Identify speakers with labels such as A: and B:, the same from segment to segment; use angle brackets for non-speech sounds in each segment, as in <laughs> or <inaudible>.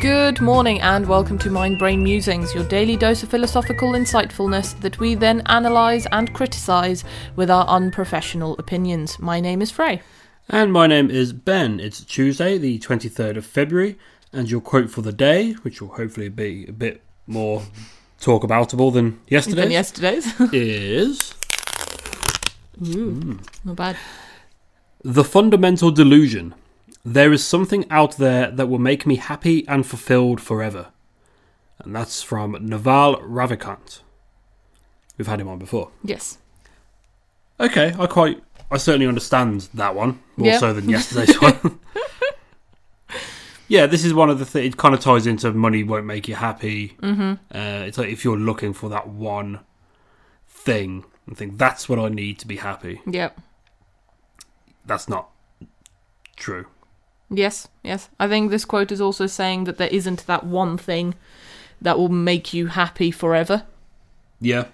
A: Good morning and welcome to Mind Brain Musings, your daily dose of philosophical insightfulness that we then analyse and criticise with our unprofessional opinions. My name is Frey.
B: And my name is Ben. It's Tuesday, the 23rd of February, and your quote for the day, which will hopefully be a bit more talk aboutable than yesterday,
A: Than yesterday's.
B: is
A: Not bad.
B: The Fundamental Delusion. There is something out there that will make me happy and fulfilled forever. And that's from Naval Ravikant. We've had him on before.
A: Yes.
B: Okay, I quite, I certainly understand that one more
A: Yeah.
B: so than yesterday's one. yeah, this is one of the things. It kind of ties into money won't make you happy. Mm-hmm. Uh, it's like if you're looking for that one thing and think that's what I need to be happy.
A: Yep.
B: That's not true.
A: Yes. Yes. I think this quote is also saying that there isn't that one thing that will make you happy forever.
B: Yeah,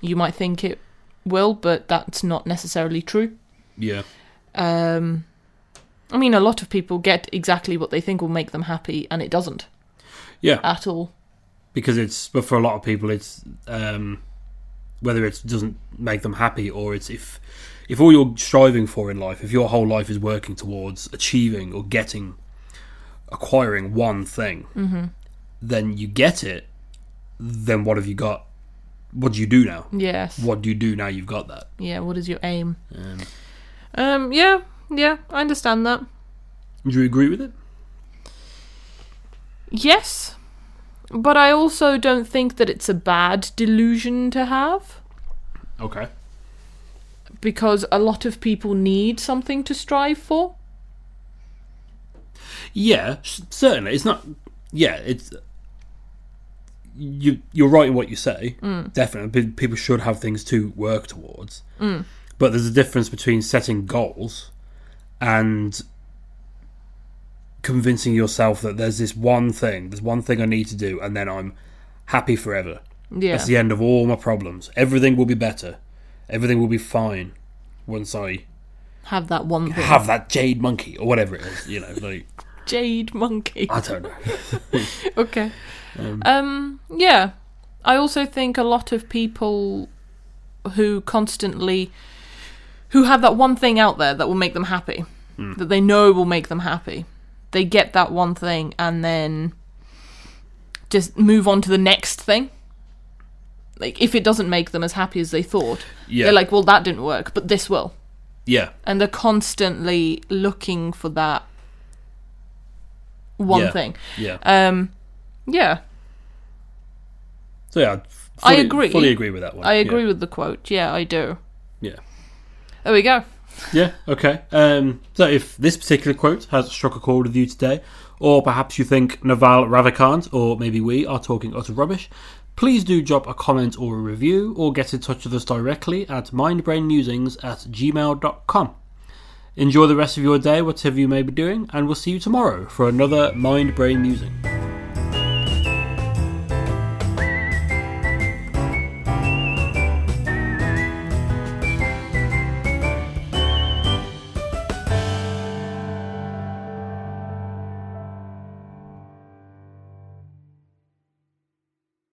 A: You might think it will, but that's not necessarily true.
B: yeah,
A: Um, I mean, a lot of people get exactly what they think will make them happy, and it doesn't
B: yeah.
A: at all.
B: because it's but for a lot of people it's um whether it doesn't make them happy or it's if if all you're striving for in life if your whole life is working towards achieving or getting acquiring one thing then you get it then what have you got what do you do now
A: Yes.
B: what do you do now you've got that
A: Yeah. What is your aim?
B: um,
A: Um. Yeah. Yeah. I understand that.
B: do you agree with it
A: Yes, but I also don't think that it's a bad delusion to have
B: okay
A: because a lot of people need something to strive for.
B: Yeah, s- certainly. It's not. Yeah, it's you. You're right in what you say.
A: Mm.
B: Definitely, Pe- people should have things to work towards.
A: Mm.
B: But there's a difference between setting goals and convincing yourself that there's this one thing. There's one thing I need to do, and then I'm happy forever.
A: Yeah.
B: That's the end of all my problems. Everything will be better. Everything will be fine once I
A: Have that one thing.
B: have that jade monkey or whatever it is. You know, like
A: Jade monkey. <laughs>
B: I don't know.
A: okay. Um, yeah. I also think a lot of people who constantly who have that one thing out there that will make them happy,
B: Hmm.
A: that they know will make them happy. They get that one thing and then just move on to the next thing. Like if it doesn't make them as happy as they thought,
B: Yeah.
A: they're like, "Well, that didn't work, but this will."
B: Yeah.
A: and they're constantly looking for that one
B: Yeah.
A: thing.
B: Yeah.
A: Um, yeah,
B: So yeah, I'd
A: I
B: fully,
A: agree.
B: Fully agree with that one.
A: I agree with the quote. Yeah, I do.
B: Yeah. yeah.
A: There we go.
B: Yeah, okay. Um, so if this particular quote has struck a chord with you today, or perhaps you think Naval Ravikant or maybe we are talking utter rubbish, please do drop a comment or a review or get in touch with us directly at mindbrainmusings at gmail.com. Enjoy the rest of your day, whatever you may be doing, and we'll see you tomorrow for another Mind Brain Musing.